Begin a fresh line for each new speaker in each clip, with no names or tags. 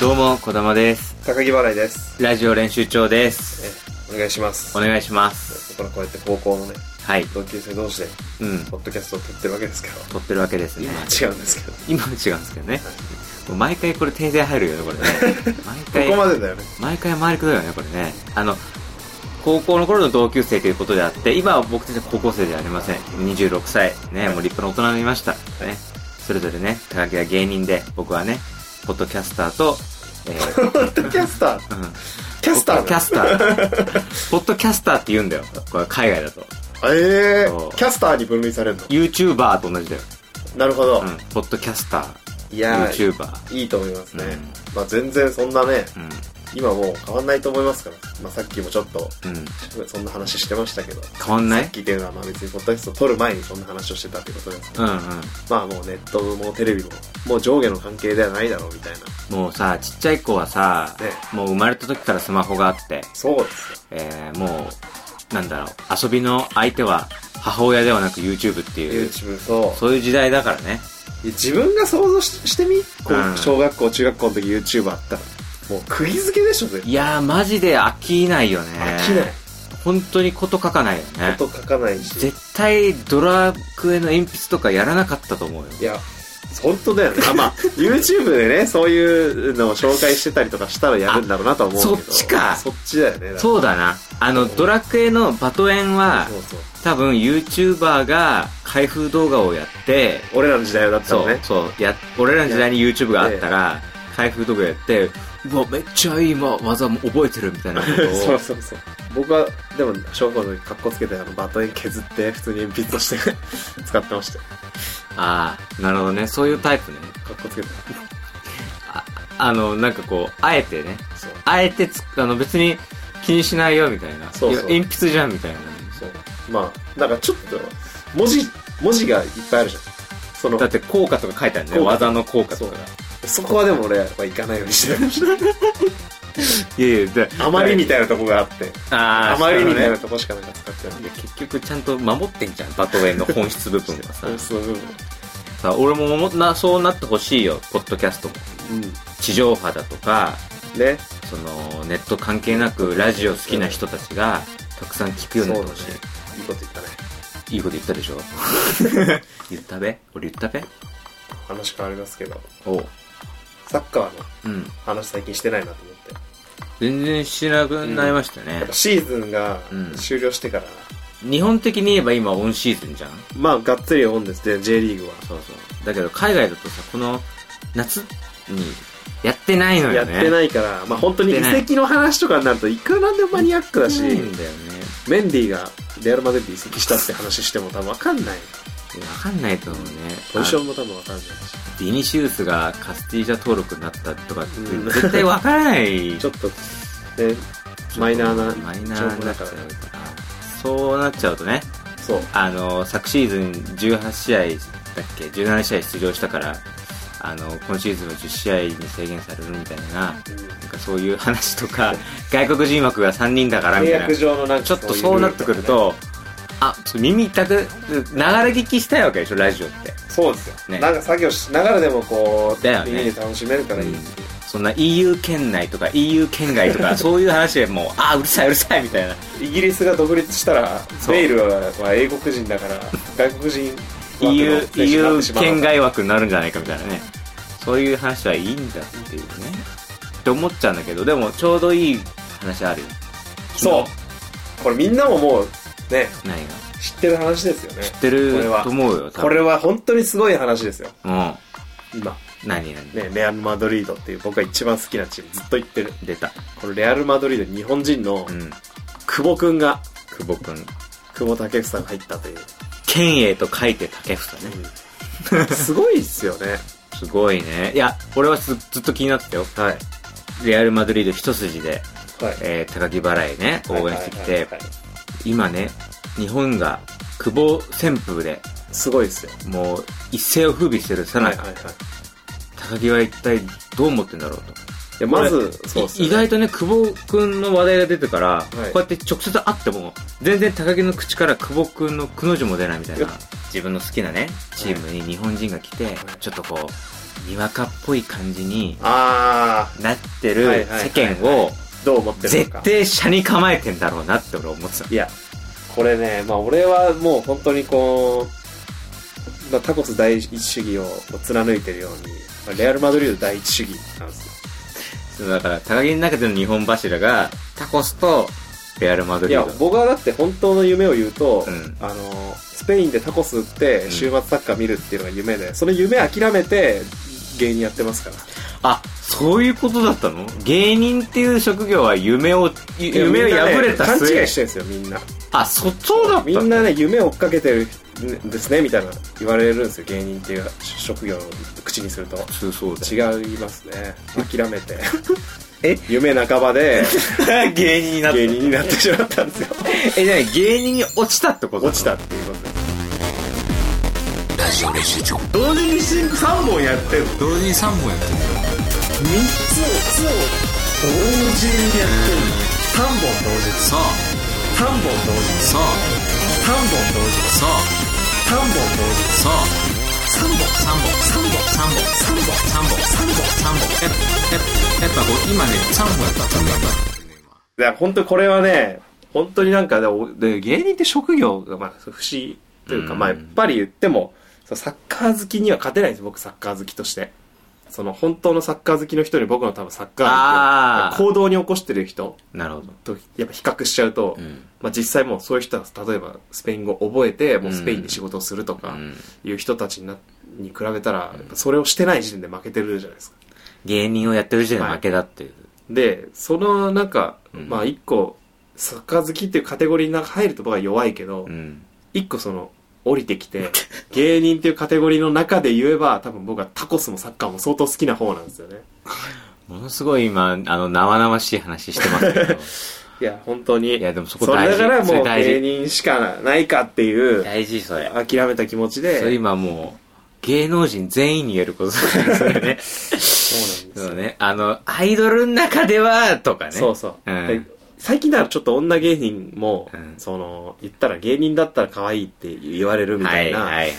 どうも、小玉です。
高木払いです。
ラジオ練習長です。
えお願いします。
お願いします。
僕らこうやって高校のね、
はい。
同級生同士で、
うん。
ポッドキャストを撮ってるわけで すけど、
撮ってるわけですね。
今違うんですけど、
今は違うんですけどね。もう毎回これ訂正入るよね、これね。 毎
こ
回。
こまでだよね。
毎回回りくどいよね、これね。あの、高校の頃の同級生ということであって、今は僕たちは高校生ではありません。26歳。ね、もう立派な大人になりました。ね。それぞれね、高木は芸人で、僕はね、ポッドキャスターと、え
ポ
ー、
ッドキャスター
うん。
キャスター
ポッドキャスター。ポッドキャスターって言うんだよ。これ海外だと。
ええ
そう
キャスターに分類されるの
YouTuber と同じだよ。
なるほど。
うん。ポッドキャスター。
いやー
YouTuber。
いいと思いますね。
うん
まあ全然そんなね、
うん。
今もう変わんないと思いますから。まあさっきもちょっと、
うん。
そんな話してましたけど。
変わんな
さっ
い
きっていうのはまあ別にポッドキャストを撮る前にそんな話をしてたってことです。
うんうん。
まあもうネットもテレビも、もう上下の関係ではないだろうみたいな。
もうさ、ちっちゃい子はさ、
ね
もう生まれた時からスマホがあって、
そうですよ。
えー、もう、なんだろう、遊びの相手は母親ではなく YouTube っていう、
YouTube そ
そういう時代だからね。
う自分が想像ししてみこ
うん
う小学校中学校の時 YouTuber あったらもう釘付けでしょ絶
いやー、マジで飽きないよね。
対飽きない。
本当にこと書かないよね。
こと書かないし
絶対ドラクエの鉛筆とかやらなかったと思うよ。
いや本当だよねあま あ YouTube でねそういうのを紹介してたりとかしたらやるんだろうなとは思う
あそ
けど
っちか
そっちだよねだから
そうだな。あの、ドラクエのバトエンは
そ、うそう
多分 YouTuber が開封動画をやって、
俺らの時代はだった
そ
ら
う
ね、
そう、や、俺らの時代に YouTube があったら、開封動画やって、うわ、めっちゃいいわ技も覚えてるみたいなこと
そ
を
う、そうそう僕はでも小学校の時格好つけてあのバトン削って普通に鉛筆として 使ってましたよ
ああ、なるほどね、そういうタイプね。
格好つけて
ああの、なんかこう、あえてね、
そう
あえてつ、あの、別に気にしないよみたいな。
そうそう
いや鉛筆じゃんみたいな。
そうまあなんかちょっと文字文字がいっぱいあるじゃんその
だって効果とか書いてあるね、
効果
技の効果と
そう
かが。
そこはでも俺は行かないようにしてまし
いやいや、で
たあまり みたいなとこがあって
あー
あまりみた
そうだ
いな
ね
とこしかなんか使ってない
いや結局ちゃんと守ってんじゃんバトエンの本質部分はさ
そうそう
さ俺ももなそうなってほしいよポッドキャストも
うん
地上波だとか
ね
そのネット関係なくラジオ好きな人たちがたくさん聞くようになってほし
そうだねいいこと言ったね
い、いいこと言った でしょ言ったべ俺言ったべ
話変わりますけど
おう
サッカーの
うん
話最近してないなと思って
全然しなくなりました
や
ね
っぱ、シーズンが
うん
終了してから、
日本的に言えば今オンシーズンじゃん
まあがっつりオンですね J リーグは
そうそうだけど海外だとさこの夏にやってないの
や
よ
っ
ね
てないから、まあ本当に移籍の話とかになるといくらなんでもマニアックだし、
ないんだよね
メンディーがレアル・マドリード移籍したって話しても多分分かんない
いやわかんないと思うね
ポジショ
あ
ンも多分分かんないし
ビニシウスがカスティージャ登録になったとかって
うん
絶対わからない
ちょっとねマイナーな
マイナーになっちゃう
情報
からそうなっちゃうとね
そう
あの昨シーズン18試合だっけ17試合出場したからあの今シーズンは10試合に制限されるみたいななんかそういう話と か外国人枠が3人だからみ
契
たいな
約上のなんか
ちょっとそうなってくるとあちょっと耳痛く流れ聞きしたいわけでしょラジオって
そうですよ、
ね
なんか作業しながらでもこう
だよね
耳で楽しめるからいい、
うんそんな EU 圏内とか EU 圏外 とかそういう話でもうあーうるさいうるさいみたいな
イギリスが独立したら
そう
ベイルは英国人だから外国人
EU, EU
枠の選手になってしまう
圏外枠になるんじゃないかみたいなねそういう話はいいんだっていうねって思っちゃうんだけどでもちょうどいい話あるよ
そうこれみんなももうね
昨日何が
知ってる話ですよね
知ってる
これは
と思うよ多分
これは本当にすごい話ですよ
うん
今
何何、
ね、レアル・マドリードっていう僕が一番好きなチームずっと言ってる。
出た
このレアル・マドリード日本人の
うん
久保くんが、
久保君
久保建英が入ったという。
県営と書いて竹房ね
すごいっすよね。
すごいねいや俺はずずっと気になってたよ
はい。
レアル・マドリード一筋で、
はい。
えー高木払いね応援してき
はいは
て
いはいはい
今ね日本が久保旋風です
ごいっすよ。
もう一世を風靡してるさなか、
いはい。い
高木は一体どう思ってんだろうと
や、まず、
こ
そう
れ
っすよ
い
ね
意外とね久保君の話題が出てから、
い
こうやって直接会っても全然高木の口から久保君のくの字も出ないみたいな
よっ
自分の好きなねチームに日本人が来て、ちょっとこうにわかっぽい感じに
あ
なって
はい
る
はいはいはい
世間を、
ー、どう思ってるの
絶
か。
対車に構えてんだろうなって俺思ってた。
いや、これね、まあ俺はもう本当にこう、まあ、タコス第一主義を貫いてるように、まあレアル・マドリード第一主義なんです
そ
よ。
うだから、高木の中での日本柱が、タコスとレアル・マド
い
リ
や
ー、ド。
僕はだって本当の夢を言うと、
うん
あの、スペインでタコス売って、週末サッカー見るっていうのが夢で、その夢諦めて、芸人やってますから。
あ、そういうことだったの芸人っていう職業は夢を、ゆ夢を
みんなね
破れた
勘違いし
末。
てるんですよ、みんな。
あ、そ、そうだった
みんなね、夢を追っかけてるんですね、みたいな言われるんですよ、芸人っていう職業を口にすると。
そうそうだよ。
違いますね。諦めて。
え
夢半ばで、
芸人になった。
芸人になってしまったんですよ。
え、じゃあ芸人に落ちたってこと
落ちたっていうことで
同時にシンク3本やってる
同時に3本やってる
同時にやってる。
3本同時さあ
3本同時。
さあ
3本同時。
さあ
3本同時。
さあ3本3本3本3本3本3本3本3本ええやっぱこう今ね3本やった3本やった
だから本当にこれはね、本当になんかでも、で芸人って職業がまあ不思議というか、
うん
まあやっぱり言っても、そのサッカー好きには勝てないんです僕サッカー好きとして。その本当のサッカー好きの人に僕の多分サッカー
あー
好きを行動に起こしてる人
なるほど、
とやっぱ比較しちゃうと、
ん
まあ実際もうそういう人は例えばスペイン語を覚えて、もうスペインで仕事をするとかいう人たちにな、に比べたら、やっぱそれをしてない時点で負けてるじゃないですか。
芸人をやってる時点で負けだっていう、
でそのなんか、
うん
まあ一個サッカー好きっていうカテゴリーの中入ると僕は弱いけど、
うん
一個その降りてきて芸人っていうカテゴリーの中で言えば多分僕はタコスもサッカーも相当好きな方なんですよね
ものすごい今あの生々しい話してますけど
いや本当に
いやでもそこ
れ
大事
だから
そ
も
れ
う
大事
芸人しかないかっていう
大事それ
諦めた気持ちで
それ今もう芸能人全員に言えることですよね
そうなんです
そ
よ
うねあのアイドルの中ではとかね
そうそ
う
う、
ん
で最近ならちょっと女芸人も、
うん
その言ったら芸人だったら可愛いって言われるみた
はいい
な、
はいはい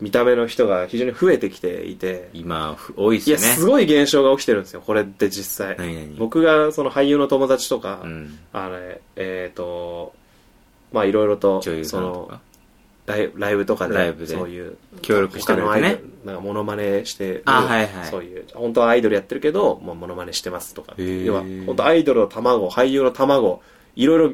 見た目の人が非常に増えてきていて
今ふ多いっす
い
よ
や、
ね
すごい現象が起きてるんですよ、これって実際。
何々
僕が、その俳優の友達とか、
うん、
あれ、えっ、と、まあいろいろと、
女優さ
そ
んと
の
か、
ライライブとかで、
ライブで
そういう、
協力してくれてね
他のアイドルなんかモノマネして、
あはいはい
そういう、本当はアイドルやってるけど、もうモノマネしてますとか、
へー
要は、本当アイドルの卵、俳優の卵、いろいろ、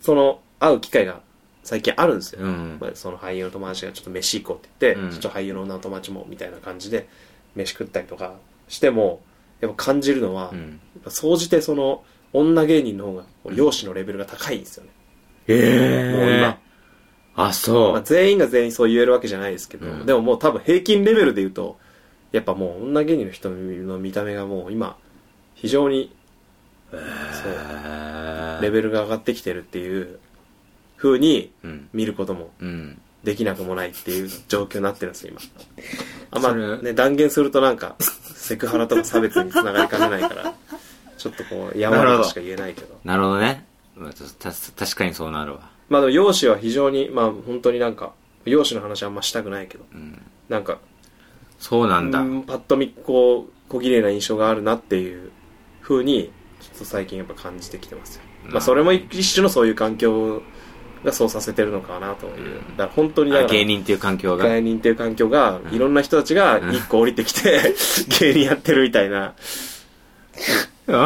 その、会う機会が最近あるんですよ。
うん
まあ、その俳優の友達がちょっと飯行こうって言って、
うん
ちょっと俳優の女の友達もみたいな感じで飯食ったりとかしてもやっぱ感じるのは、
う
やっ
ん、
ぱ総じてその女芸人の方がこう容姿のレベルが高いんですよね、
え
もう今
えあそう、
まあ、全員が全員そう言えるわけじゃないですけど、
うん
でももう多分平均レベルで言うとやっぱもう女芸人の人の見た目がもう今非常にそう
あー
レベルが上がってきてるっていう風に
うん
見ることも
うん
できなくもないっていう状況になってるんですよ、今。あんま
それ
ね、断言するとなんか、セクハラとか差別につながりかねないから、ちょっとこう、やわらかしか言えないけど。
なるほどね。まあたた確かにそうなるわ。
まあでも、容姿は非常に、まあ本当になんか、容姿の話あんましたくないけど、
うん、
なんか、
そうなんだ。
うんパッと見、こう、小綺麗な印象があるなっていう風に、ちょっと最近やっぱ感じてきてますよ。まあそれも一種のそういう環境がそうさせてるのかなという。だから本当にだか
あ
ら
芸人っていう環境が。
芸人っていう環境が、いろんな人たちが一個降りてき て、芸人やってるみたいな。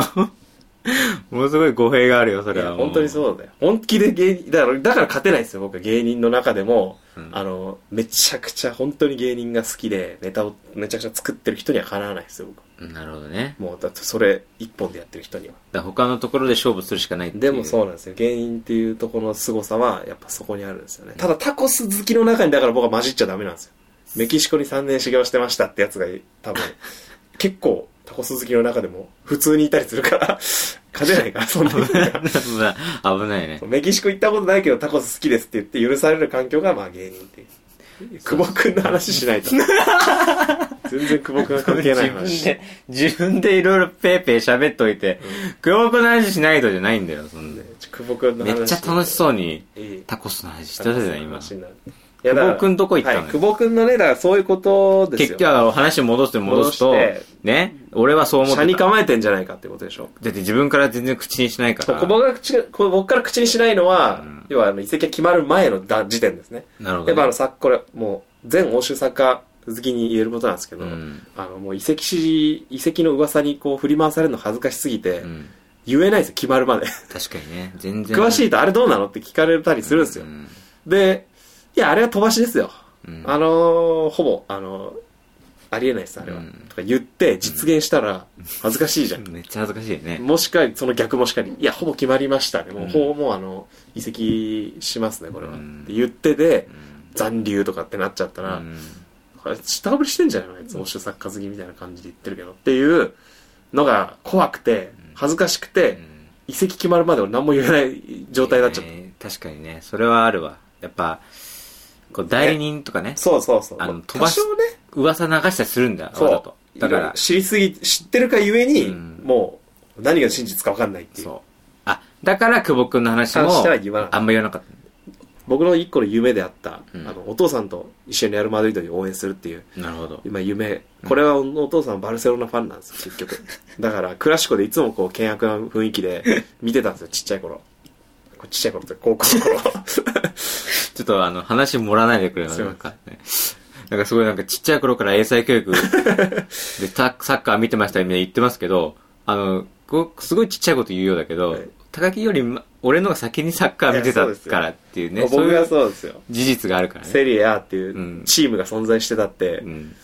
ものすごい語弊があるよ、そ
い
れ
や
は。
本当に
う。
そうだよ。本気で芸人、だから、だから勝てないですよ、僕は芸人の中でも、
うん
あの、めちゃくちゃ本当に芸人が好きで、ネタをめちゃくちゃ作ってる人にはかなわないですよ、僕は。
なるほどね。
もう、だってそれ一本でやってる人には。
だから他のところで勝負するしかないっていう。
でもそう
う。
なんですよ。芸人っていうところの凄さは、やっぱそこにあるんですよね。ただタコス好きの中にだから僕は混じっちゃダメなんですよ。メキシコに3年修行してましたってやつが多 分、結構タコス好きの中でも普通にいたりするから、 勝てないから、そん なに。
危ないね。
メキシコ行ったことないけどタコス好きですって言って許される環境がまあ芸人っていう。久保くんの話し ないと。全然久保くんは関係ない話。
自分で、自分でいろいろペーペー喋っといて、クボコの話しないとじゃないんだよ、そんで。
久保くんの
め
話。
っちゃ楽しそうに
いい。
タコスの話してたじゃん、
タ
今
コ。スの話になるいやだから
久保くんどこ行ったのよ
はい久保くんのね、だからそういうことですよ。
結局は話戻して戻すと
戻して、
ね、俺はそう思って
車に
た。だ
構えてんじゃないかってことでしょ。
って自分から全然口にしないから。
僕が口がこう僕から口にしないのは、要はあの移籍が決まる前のだ時点ですね。
なるほどね
やっぱあのさこれもう全欧州サッカー好きに言えることなんですけど、
うん
あのもう移籍し移籍の噂にこう振り回されるの恥ずかしすぎて、
うん。
言えないですよ決まるまで
確かにね、全然。
詳し
い
いとあれどうなのって聞かれたりするんです
う
よ、
ん。
でいやあれは飛ばしですよ、
うん
あのーほぼあのーありえないですあれは、
うん
とか言って実現したら恥ずかしいじゃん、
めっちゃ恥ずかしいよね。
もしかり、その逆もしかり、いや、ほぼ決まりましたね。もう、
うん
ほぼもう、あの、移籍しますね、これは。っ
うん
て言ってで
う、ん
残留とかってなっちゃったら、
うん
これ下振りしてんじゃないのあいつ、欧州サッカー好きみたいな感じで言ってるけど。っていうのが怖くて、恥ずかしくて、移籍決まるまで俺何も言えない状態になっちゃった。
えー確かにね、それはあるわ。やっぱ、こう代理人とかね、
そうそうそう。
あの
ま
飛ばし
多少ね、
噂流したりするんだよ、
そ
わざと。
う。
だか
いろい
ら
ろ、知りすぎ、知ってるかゆえに、
うん
もう、何が真実か分かんないっていう。
そう。あ、だから久保くんの話も
話したら言わなかっ、た
あんま言わなかった。
僕の一個の夢であった、
うん
あの、お父さんと一緒にレアル・マドリードに応援するっていう、
なるほど。
今夢、これはお父さんバルセロナファンなんですよ、結 局。だから、クラシコでいつもこう、険悪な雰囲気で見てたんですよ、ちっちゃい頃。これちっちゃい頃って、高校の頃。
ちょっとあの、話盛らないでくれよ、
すいま
な
せ
ん
ん
かね。なんかすごいなんかちっちゃい頃から英才教 育でササッカー見てましたみたいな言ってますけど、あの、こうすごいちっちゃいこと言うようだけど、
はい
高木よりま俺のが先にサッカー見てたからって いうね、そう
僕
い
が
う
そうですよ。
事実があるからね。
セリエ A って
う
い
ん
うチームが存在してたって
うん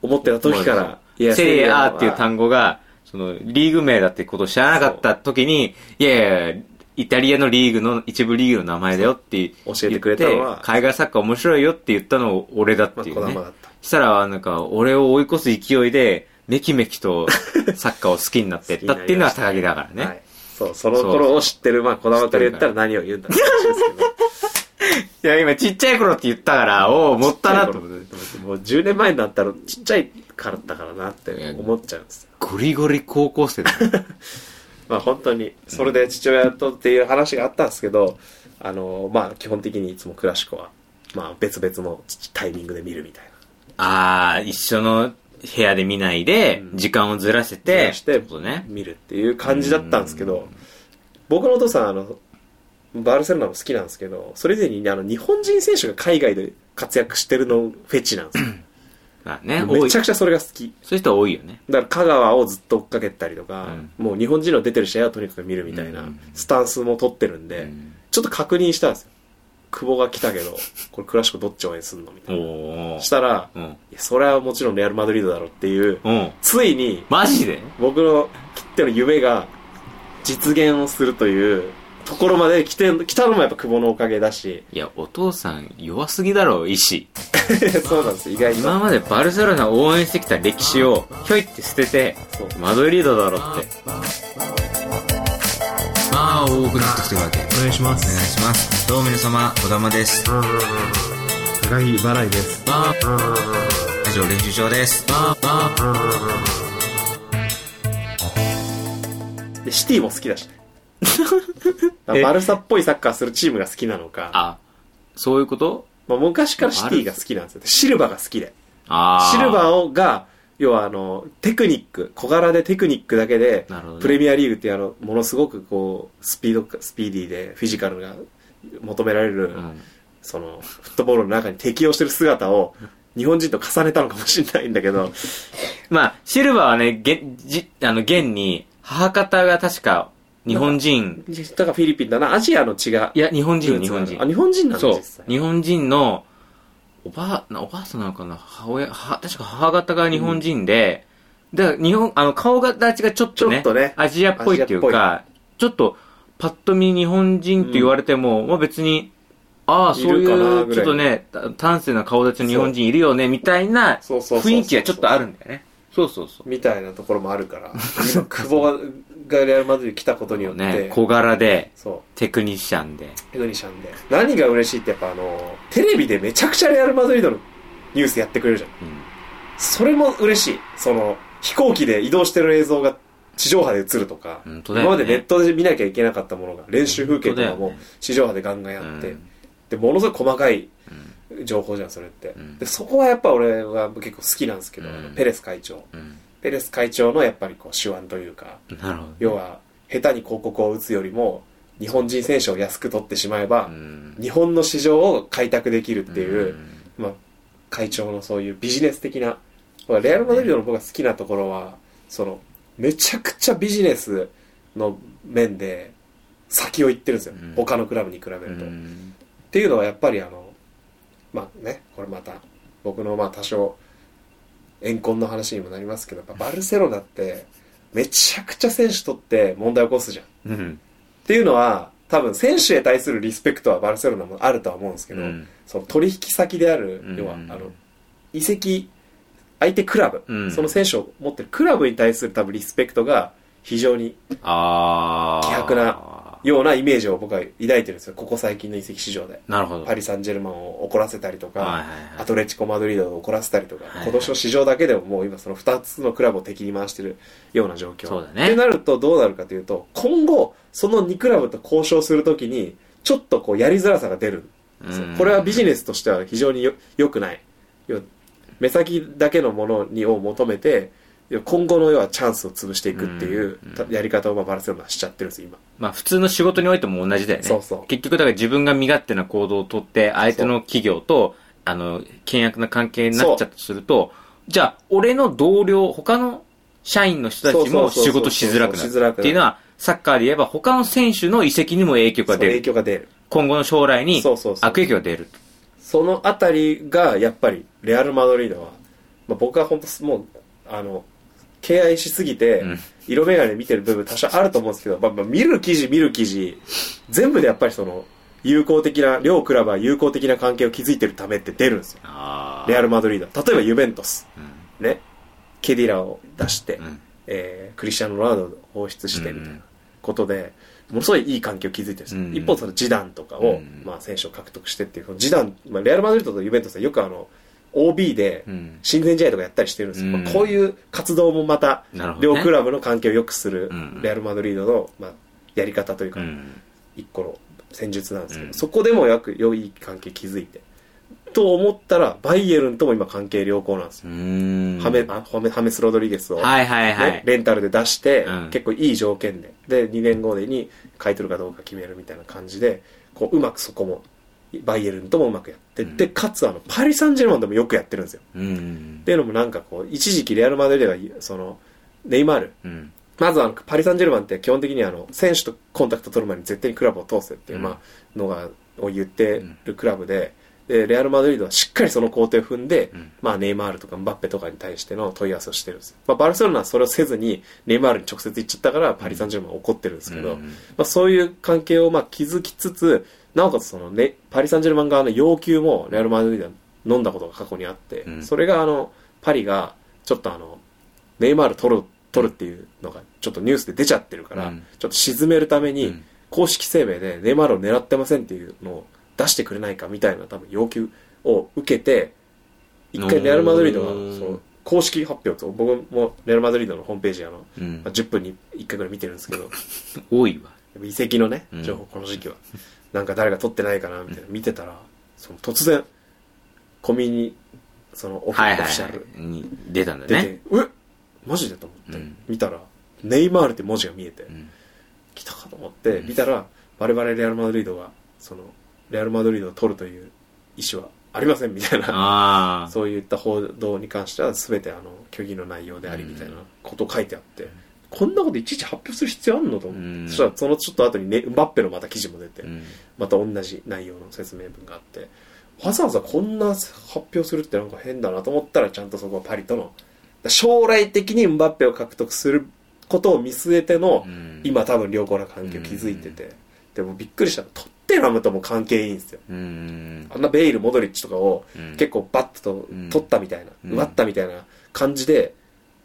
思ってた時か
まあ
ら、いや
セリエ A っていう
語。
単語が、その、リーグ名だってことを知らなかった時に、いやいや、イタリアのリーグの、一部リーグの名前だよって
そう教えてくれたのは
言って海外サッカー面白いよって言ったのを俺だって
まあ、
い
小
うね
玉。だった。
したら、なんか、俺を追い越す勢いで、めきめきとサッカーを好きになってった っていうのは高木だからね。
はい。そう、その頃を知ってる、まあ、小玉から言ったら何を言うんだって話です けど。
いや、今、ちっちゃい頃って言ったから、おお、もったなと思って。
もう10年前になったらちっちゃいからだからなって思っちゃうんですよ
ゴリゴリ高校生だ ね。
まあ本当にそれで父親とっていう話があったんですけどあのまあ基本的にいつもクラシコはまあ別々のタイミングで見るみたい
ああ、一緒の部屋で見ないで、
うん
時間をずらせ
な
て、
して
ことね。
見るっていう感じだったんですけ
う
ど僕のお父さんあのバルセロナも好きなんですけどそれ以前にねあの日本人選手が海外で活躍してるのフェチなんです
まあね、
よ
多
め
い。
ち
そ
ゃ
う
くちゃそれが好き
いう人は多いよね。
だから香川をずっと追っかけたりとか、もう日本人の出てる試合はとにかく見るみたい
うんう
なんスタンスも取ってるんで、
うん
ちょっと確認したんですよ久保が来たけどこれクラシコどっち応援するのみたいな
おお
し。たら、
う
い
ん。
やそれはもちろんレアル・マドリードだろうっていう
うん。
ついに
マジで
僕の切っての夢が実現をするというところまで来て来たのもやっぱ久保のおかげだし
いや、お父さん弱すぎだろ、意志。
そうなんですよ意外と
今までバルセロナを応援してきた歴史を、ひょいって捨てて、
そう
マドリードだろって。
まあ多くなってきてるわけお願いしますお願いしますどうも皆様小玉です高木払いですラジオ練習場です
でシティも好きだ しねだからバルサっぽいサッカーするチームが好きなのか
あ、そういうこと
まあ、昔からシティが好きなんですよ。シルバが好きで。
あ
シルバー
を。
をが、要はあの、テクニック、小柄でテクニックだけで、
なるほどね
プレミアリーグってあの、ものすごくこう、スピード、スピーディーで、フィジカルが求められる、
うん。
その、フットボールの中に適応してる姿を、日本人と重ねたのかもしれないんだけ ど、
まあ、シルバーはね、げじあの、現に、母方が確か、日本人、
だからフィリピンだな、アジアの血が。
いや、日本人、
ルー
日
ツがあ
本
る
人
あ、。日本人なんだ、
そ
実
う。
際。
日本人の、おばあ、なおばあさんなのかな母親、母、確か母方が日本人で、だから日本、あの、顔形がちょっとね、
ちょっとね
アジアっぽいっていうか、ちょっと、パッと見日本人と言われても、まあ別に、ああ、
い
そうい
るかな
う、
ぐ
ちょっ
らい
とね、た端正な顔立ちの日本人いるよね、みたいな、
そうそうそうそう
雰囲気がちょっとあるんだよね。そうそうそう。
みたいなところもあるから、今久保ががレアル・マドリードに来たことによって、
ね、小柄で、
そう。
テクニシャンで。
エドニシャンで。何が嬉しいってやっぱあの、テレビでめちゃくちゃレアル・マドリードのニュースやってくれるじゃん。
うん
それも嬉しい。その、飛行機で移動してる映像が地上波で映るとか、
本当だよ
今
ね
までネットで見なきゃいけなかったものが、練習風景とか
本当だよ
も
ね
地上波でガンガンやって、
うん
で、ものすごい細かい情報じゃんそれって、
うん
でそこはやっぱ俺は結構好きなんですけど、
うん
あのペレス会長
うん。
ペレス会長のやっぱりこう手腕というか
なるほどね。
要は下手に広告を打つよりも日本人選手を安く取ってしまえ
う
ば、
ん
日本の市場を開拓できるっていう、
ん
まあ、会長のそういうビジネス的なレアル・マドリードの僕が好きなところはそのめちゃくちゃビジネスの面で先を行ってるんですよ、
うん
他のクラブに比べると、
う
っ
ん
ていうのはやっぱりあのまあねこれまた僕のまあ多少怨恨の話にもなりますけどやっぱバルセロナってめちゃくちゃ選手取って問題起こすじゃんっ
うん。
ていうのは多分選手へ対するリスペクトはバルセロナもあるとは思うんですけ
う
ど、
ん。
その取引先である、
うん
要はあの移籍相手クラブ、
うん
その選手を持ってるクラブに対する多分リスペクトが非常に
あー。
希薄なようなイメージを僕は抱いてるんですよここ最近の移籍市場で
なるほど。
パリ・サンジェルマンを怒らせたりとか、
はいはいはい
アトレチコ・マドリードを怒らせたりとか、
はいはい
今年の市場だけでももう今その2つのクラブを敵に回してるような状況
そうだね
ってなるとどうなるかというと今後その2クラブと交渉するときにちょっとこうやりづらさが出る
うん
これはビジネスとしては非常によ良くない要は目先だけのものにを求めて要は今後の要はチャンスを潰していくっていう
うん
たやり方をまあバルセロナはしちゃってるんですよ今
まあ普通の仕事においても同じだよね。
そうそう
結局だから自分が身勝手な行動をとって、相手の企業と、あの、険悪な関係になっちゃったとすると、じゃあ俺の同僚、他の社員の人たちも
そうそうそうそう
仕事しづらく
しづら
なる
くなる
っていうのは、サッカーで言えば他の選手の移籍にも影響
そ
が
の
出
影
る。
響が出る
今後の将来に
そうそうそう
悪影響が出る。
そのあたりがやっぱりレアル・マドリードは、まあ、僕は本当もうあの敬愛しすぎて
うん
色眼鏡見てる部分多少あると思うんですけど、まあまあ、見る記事見る記事全部でやっぱりその友好的な両クラブは友好的な関係を築いてるためって出るんですよ
あー
レアル・マドリード。例えばユベントス。
う
ね。ケディラを出して、
んうん
えークリスチャン・ロナウドを放出してみたい
うん
なことで、ものすごいいい環境を築いてるんですよ、
うん
一方そのジダンとかを、
うん
まあ、選手を獲得してっていう、このジダン、まあ、レアル・マドリードとユベントスはよくあの、OB で
うん
親善試合とかやったりしてるんですよ。
うん
まあこういう活動もまた、
なるほどね
両クラブの関係を良くする
うん、
レアル・マドリードの、まあ、やり方というか、
うん
一個の戦術なんですけど、
うん
そこでもよく良い関係築いてと思ったらバイエルンとも今関係良好なんですよ、
うーん
ハメあハメハメス・ロドリゲスを、
はいはいは
ね
い。
レンタルで出して、
うん
結構いい条件でで2年後でに買い取るかどうか決めるみたいな感じでこううまくそこもバイエルンともうまくやってって、
う
かつあのパリ・サンジェルマンでもよくやってるんですよ
うん
っていうのもなんかこう一時期レアル・マドリードがそのネイマール
うん。
まずあのパリ・サンジェルマンって基本的にあの選手とコンタクト取る前に絶対にクラブを通せっていう、
うん
まあのがを言ってるクラブで,、でレアル・マドリードはしっかりその工程を踏んで、
うん
まあ、ネイマールとかムバッペとかに対しての問い合わせをしてるんですよ、まあ、バルセロナはそれをせずにネイマールに直接行っちゃったからパリ・サンジェルマンは怒ってるんですけど、
うん
まあ、そういう関係をまあ築きつつなおかつその、ね、パリ・サンジェルマン側の要求もレアル・マドリードは飲んだことが過去にあって、
うん
それがあのパリがちょっとあのネイマール取る取るっていうのがちょっとニュースで出ちゃってるから、
うん
ちょっと沈めるため
う
に
ん
公式声明でネイマールを狙ってませんっていうのを出してくれないかみたいな多分要求を受けて一回レアル・マドリードが
うん
その公式発表と僕もレアル・マドリードのホームページあの、
うん
まあ、10分に1回ぐらい見てるんですけど
多いわ。
遺跡のね
うん
情報この時期は、なんか誰が取ってないかなみたいな見てたらその突然コミにそのオフ,、
はいはい
オ
は
フィシャル
い。に出たんだ
出て、
ね。
えマジでと思って、
うん
見たらネイマールって文字が見えて、
うん
来たかと思って
うん
見たら我々レアル・マドリードがそのレアル・マドリードを取るという意思はありませんみたいな
ああ。
そういった報道に関しては全てあの虚偽の内容でありみたいなことを書いてあって、こんなこといちいち発表する必要あんのと思って、
うん
そしたらそのちょっと後にね、バッペのまた記事も出て、
うん
また同じ内容の説明文があってわざわざこんな発表するってなんか変だなと思ったらちゃんとそこはパリとの将来的にムバッペを獲得することを見据えての、
うん
今多分良好な関係を築いてて、でもびっくりしたのトッテナムとも関係いいんですよ
うん
あんなベイル、モドリッチとかを
うん
結構バッと
うん
取ったみたいな、
うん
奪ったみたいな感じで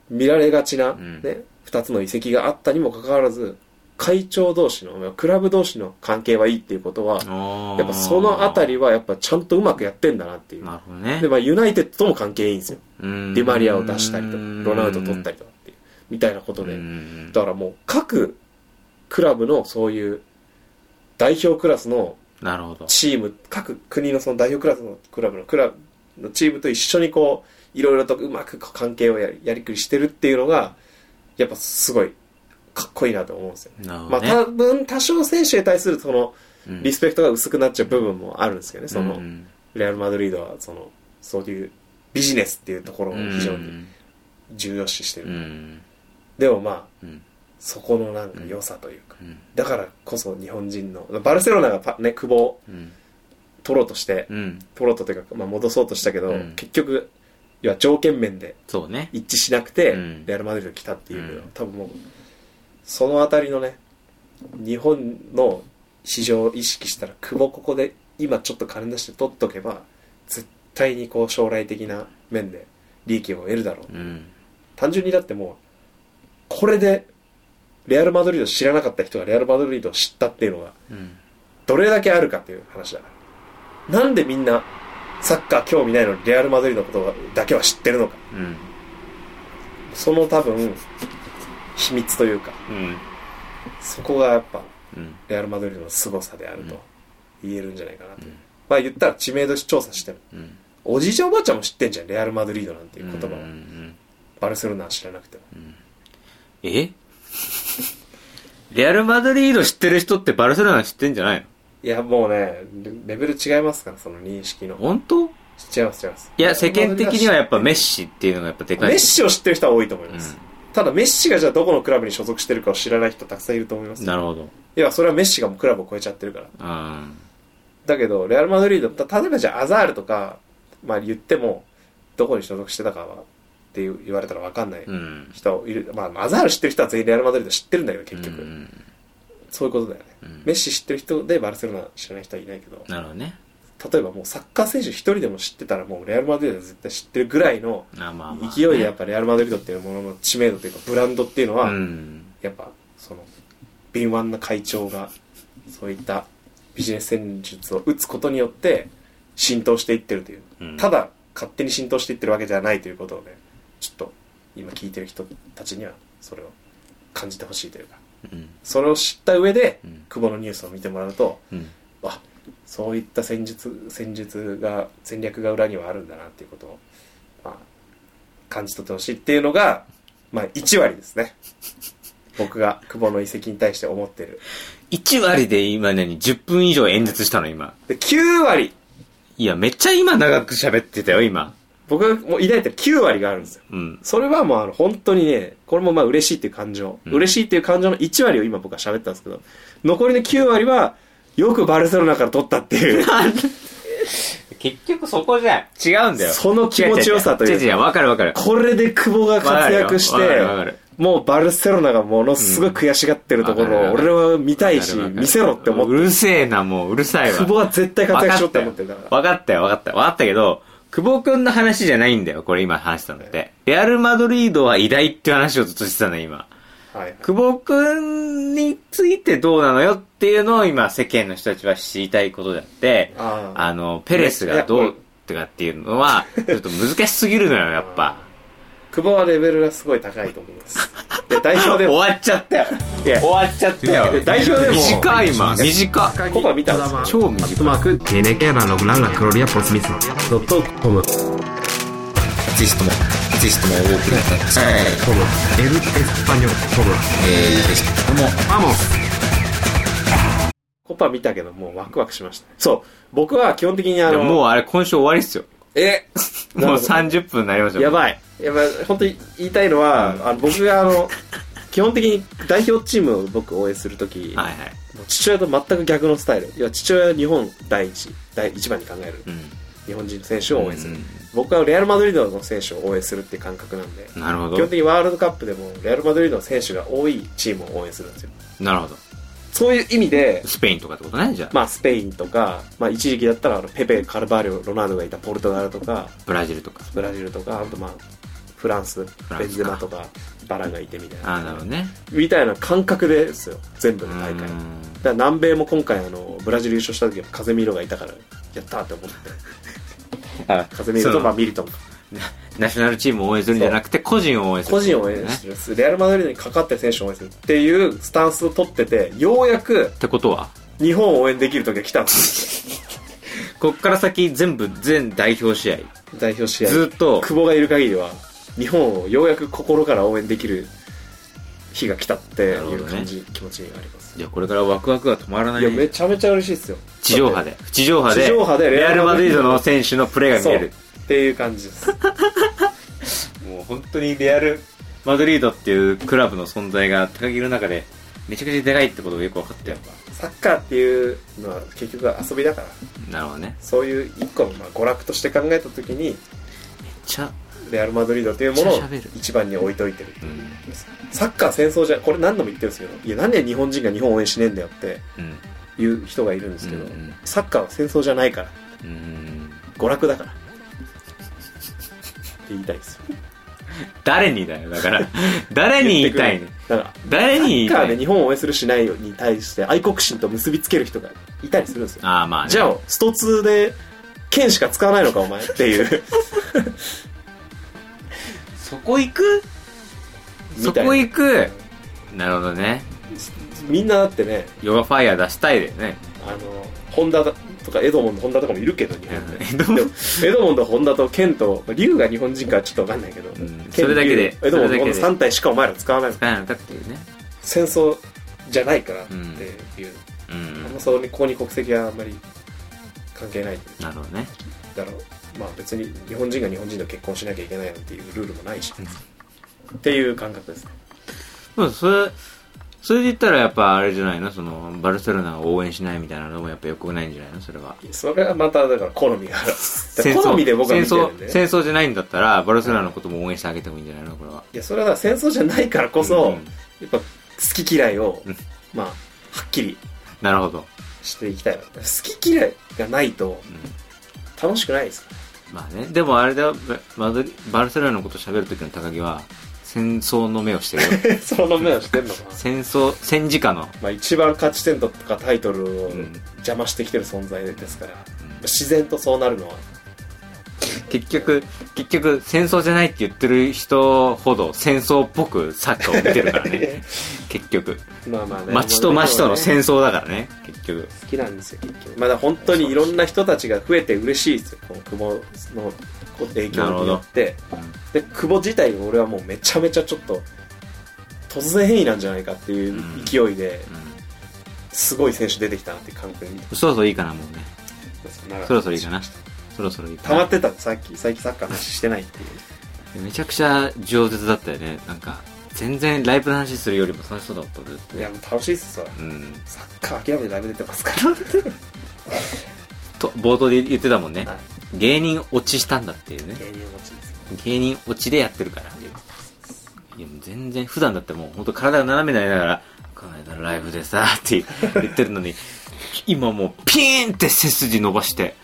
見られがちな、
ん
ね、2つの遺跡があったにもかかわらず会長同士のクラブ同士の関係はいいっていうことは
あー
やっぱそのあたりはやっぱちゃんとうまくやってんだなっていう。
なるほどね
で、。まあユナイテッドとも関係いいんですよ。デ
デ
ィマリアを出したりとか、ロナウド取った
り
りとかっていう、みたいなこと
と
で。
だ
だからもう各クラブのそういう代表クラスの
なるほど。
チーム、各国のその代表クラスのクラブのクラブのチームと一緒にこう、いろいろとうまくこう関係をやりやりくりしてるっていうのが、やっぱすごい、かっこいいなと思うんですよね。
なるほ
ま
ど、
あ、
ね。
多分、多少選手に対するその、
うん
リスペクトが薄くなっちゃう部分もあるんですけどね、その、
うん
レアル・マドリードは、その、そういうビジネスっていうところを非常
う
に
ん
重要視してる。
うん
でもまあ、
うん
そこのなんか良さというか、
うん
だからこそ日本人の、バルセロナがパね、久保を
うん
取ろうとして、
うん
取ろうとというか、まあ、戻そうとしたけど、
うん
結局、要は条件面で
そうね。
一致しなくて、
うん
レアル・マドリードに来たっていうのは、
うん
多分もう、そのあたりのね、日本の市場を意識したら、久保ここで今ちょっと金出して取っとけば、絶対にこう将来的な面で利益を得るだろう。
うん。
単純にだってもう、これで、レアル・マドリードを知らなかった人がレアル・マドリードを知ったっていうのが、
うん。
どれだけあるかっていう話だから。なんでみんな、サッカー興味ないのにレアル・マドリードのことだけは知ってるのか。
うん。
その多分、秘密というか、
うん。
そこがやっぱ、
うん。
レアル・マドリードの凄さであると言えるんじゃないかなという。
うん
まあ言ったら知名度調査しても、
うん。
おじいちゃんおばあちゃんも知ってんじゃん、レアル・マドリードなんていう言葉
うん
を。
うん
バルセロナは知らなくても。
えレアル・マドリード知ってる人ってバルセロナ知ってんじゃない
いや、もうね、レレベル違いますから、その認識の
の。本当
違います、違います。
いや、世間的にはやっぱメッ
シ
シっていうのがやっぱでかい。
メッシを知ってる人は多いと思います。
う
ただメッシがじゃあどこのクラブに所属してるかを知らない人たくさんいると思います
ん。
よ
なるほど。
いやそれはメッシがもうクラブを超えちゃってるから
うん。
だけどレアル・マドリードた例えばじゃあアザールとか、まあ、言ってもどこに所属してたかはっていう言われたら分かんない
うん。
人いる、まあ、アザール知ってる人は全員レアル・マドリード知ってるんだけど結局、
うん
そういうことだよね、
うん
メッシ知ってる人でバルセロナ知らない人はいないけど
なるほどね。
例えばもうサッカー選手一人でも知ってたらもうレアル・マドリードは絶対知ってるぐらいの
あまあまあ。
勢いでやっぱレアル・マドリードっていうものの知名度というかブランドっていうのは、
うん。
やっぱその敏腕な会長がそういったビジネス戦術を打つことによって浸透していってるという、
うん
ただ勝手に浸透していってるわけじゃないということをねちょっと今聞いてる人たちにはそれを感じてほしいというか
うん。
それを知った上で、
うん
久保のニュースを見てもらうと
うん。
あそういった戦術戦術が戦略が裏にはあるんだなっていうことを、まあ、感じ取ってほしいっていうのが、まあ、1割ですね僕が久保の移籍に対して思ってる
1割で今何 ?10 分以上演説したの今。
で9割
いや、めっちゃ今長く喋ってたよ、今。
僕がもう抱いてる9割があるんですよ
うん。
それはもうあの本当にねこれもまあ嬉しいっていう感情、
うん
嬉しいっていう感情の1割を今僕は喋ったんですけど残りの9割はよくバルセロナから取ったって いう
結局そこじゃ違うんだよ。
その気持ちよさというか
違う違う違う、わかるわかる。
これで久保が活躍し
わかる
て
よわかるわかる
もうバルセロナがものすごい悔しがってるところを
うん
俺は見たいし
わかるわかる
見せろって思って
うるせえな、もう、うるさいわ。
久保は絶対活躍しろって思ってるから
分かったよ、分かったよ。分かったけど、久保くんの話じゃないんだよ、これ今話したのって。レアル・マドリードは偉大って話をずっとしてたの、今。
はい
久保くんについてどうなのよっていうのを今、世間の人たちは知りたいことであって、
ああ
あの、ペレスがど
いや
うとかっていうのは、ちょっと難しすぎるのよ、やっぱ。
久保はレベルがすごい高いと思いますいや代表
終
でも
わっちゃったよ。
いや
終わっちゃったよ。
代表でも
短い、今。短い。
コパ見たんですよ
超短い。
コパ見たけどもうワクワクしましたそう僕は基本的にあの
もうあれ、今週終わりっすよ。
え
もう30分になりましたよ
やばい。やばい、本当に言いたいのは、あの僕があの、基本的に代表チームを僕応援するとき、
はいはい。
もう父親と全く逆のスタイル。いや、父親は日本第一、第一番に考える
う。ん。
日本人の選手を応援する。
うん
僕はレアル・マドリードの選手を応援するっていう感覚なんで、
なるほ
基本
ど。
的にワールドカップでもレアル・マドリードの選手が多いチームを応援するんですよ。
なるほど。
そういう意味で、
スペインとかってことね、じゃあ。
まあ、スペインとか、まあ、一時期だったらあのペペ、カルバーリョ、ロナウドがいたポルトガルとか、
ブラジルとか。
ブラジルとか、あとまあ、フランス、
ランスか
ベンゼマとか、バラがいてみたい
ああ、
な。
なるほどね。
みたいな感覚ですよ、全部
う
の大
ー
会。だか
ん
ら南米も今回あの、ブラジル優勝した時は風見色がいたから、やったーって思って。風見色と
そ
まあ
の
ミリトン。
ナショナルチームを応援するんじゃなくて、個人を応援する。
個人を応援してる、レアル・マドリードにかかってる選手を応援するっていうスタンスを取ってて、ようやく
ってことは
日本を応援できる時が来たんです
こっから先全部全代表試合
よ代表試合
ずっと
久保がいる限りは日本をようやく心から応援できる日が来たっていう感じ、気持ちになります
いやこれからワクワクが止まらない
いやめ
ね
ちゃめちゃ嬉しいですよ
地上波で地上波で
地上波で
レ
レ
ア
ア
ル・
ル
マ
マ
ド
ド
リ
リ
ード
ード
の選手のプレーが
そ
見
う
え
っ
る
ていう感じです
もう本当にレアル・マドリードっていうクラブの存在が高木の中でめちゃくちゃでかいってことがよく分かったよ
サッカーっていうのは結局遊びだから
なるほどね
そういう一個のまあ娯楽として考えた時に
めっちゃ
レアル・マドリードというものを
めっちゃ喋る
一番に置いといてるって
う
いうんサッカー戦争じゃこれ何度も言ってるんですけどいやなんで日本人が日本を応援しねえんだよって
うん
いう人がいるんですけど、
うん
サッカーは戦争じゃないから
うん
娯楽だからって言いたいですよ
誰にだよだから 誰に言いたいの
言ってくれるだから
誰に言い
サッカ
た
ーで
いの
日本を応援するしないよに対して愛国心と結びつける人がいたりするんですよ
ああまあね
じゃあスト2で剣しか使わないのかお前っ ていう
そこ行くそ
みたいな
こ行くなるほどね
みんなだってね
ヨガファイヤー出したいだよね
あのホンダとかエドモンドホンダとかもいるけど日本で
エドモン
でもエドモンドホンダとケンとまあ竜が日本人かちょっと分かんないけど、
ん
ケン
それだけで
竜エドモン
それだ
ドホ
け
ン
で
ダ3体しかお前ら使わないの
使えなかったっていうね
戦争じゃないからっていう、
う
あん
ん
まそこにここに国籍はあんまり関係ない
なるほどね
だろうまあ別に日本人が日本人と結婚しなきゃいけないなんていうルールもないし、っていう感覚ですね
でもそれそれで言ったらやっぱあれじゃないのそのバルセロナを応援しないみたいなのもやっぱよくないんじゃないのそれは
それはまただから好みがあるだから好みで僕は
戦
見てるんで、
争
ね、
戦争じゃないんだったらバルセロナのことも応援してあげてもいいんじゃないのこれはい
やそれは戦争じゃないからこそ、
うん
やっぱ好き嫌いを、
うん
まあはっきり
なるほど、
していきたいな好き嫌いがないと
うん
楽しくないですか
まあねでもあれだよバドリバルセロナのこと喋るときの高木は戦争の目をしてるよ
ら その目をしてんのかな
戦争戦時下の
まあ一番勝ち点とかタイトルを
うん
邪魔してきてる存在ですから、自然とそうなるのは
結局結局戦争じゃないって言ってる人ほど戦争っぽくサッカーを見てるから ね結局
まあまあね
町と町との戦
争
争だからね結局
好きなんですよ結局まあだから本当にいろんな人たちが増えて嬉しいですよこの久保の影響によってで久保自体俺はもうめちゃめちゃちょっと突然変異なんじゃないかっていう勢いで
う
すごい選手出てきたなって感覚で見て
ん、そろそろいいかなもうね
ますなんか
そろそろいいかなそろそろいいか
溜
な
まってたさっき最近サッカーの話してないっていう
めちゃくちゃ饒舌だったよねなんか全然ライブの話するよりも楽しそうだったずっと
いやもう楽しいっすよそら
うん
サッカー諦めてライブ出てますから
と冒頭で言ってたもんね
はい
芸人落ちしたんだっていうね
芸人持ちです
芸人落ちでやってるからいやもう全然普段だってもう本当体が斜めになりながらこの間のライブでさって言ってるのに今もうピーンって背筋伸ばして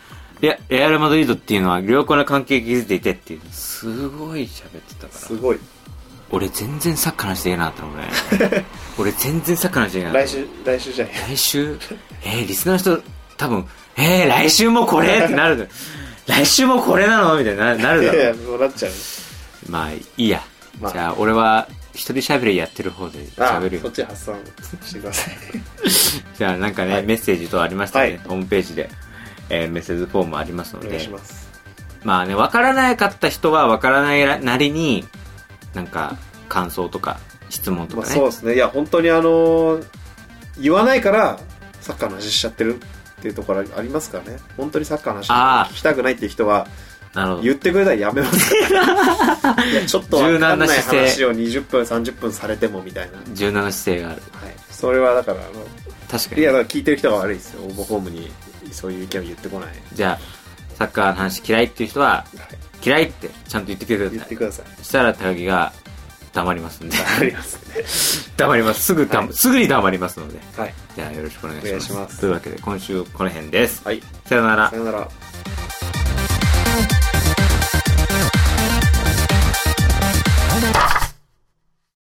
いやレアル・マドリードっていうのは良好な関係を築いていてっていうすごい喋ってたから
すごい
俺全然サッカーの話でいいなって思うね 俺全然サッカーの話でいいな
来週来週じゃん
来週えー、リスナーの人多分えー、来週もこれってなる来週もこれなのみたいにななるだ
い
ろ
や
う
いやそうなっ ちゃう
まあいいや、
まあ
じゃあ俺は一人喋りやってる方で
あ
喋る
そっ
よ
ち発散してください
じゃあなんかね、メッセージとありましたね、
はい
ホームページで、えーメッセージフォームありますの
お願い
で
します
まあねわからなかった人はわからないなりになんか感想とか質問と
まあ
かね、
そうですねいや本当にあのー言わないからサッカーの話しちゃってるっていうところありますからね本当にサッカーの話
あー
聞きたくないっていう人は
なるほど
言ってくれたらやめます からいやちょっとわ
柔
か
軟
ん
な
ない
姿勢
話を20分30分されてもみたいな、はい、
柔軟な姿勢がある
それはだからあの
確か
い
に
やだから聞いてる人が悪いですよ応募フォームにそういう意見を言ってこない、はい、
じゃあサッカーの話嫌いっていう人は嫌いってちゃんと言ってくれてくだ
言っ
さ
て
い
ください
そしたら高木が黙りますんで
ありますね
黙りますすぐ、
はい
すぐに黙りますので
はい
じゃあよろしくお願いし
お願
ま
い
す
します
というわけで今週この辺です
はい
さよなら
さよなら
「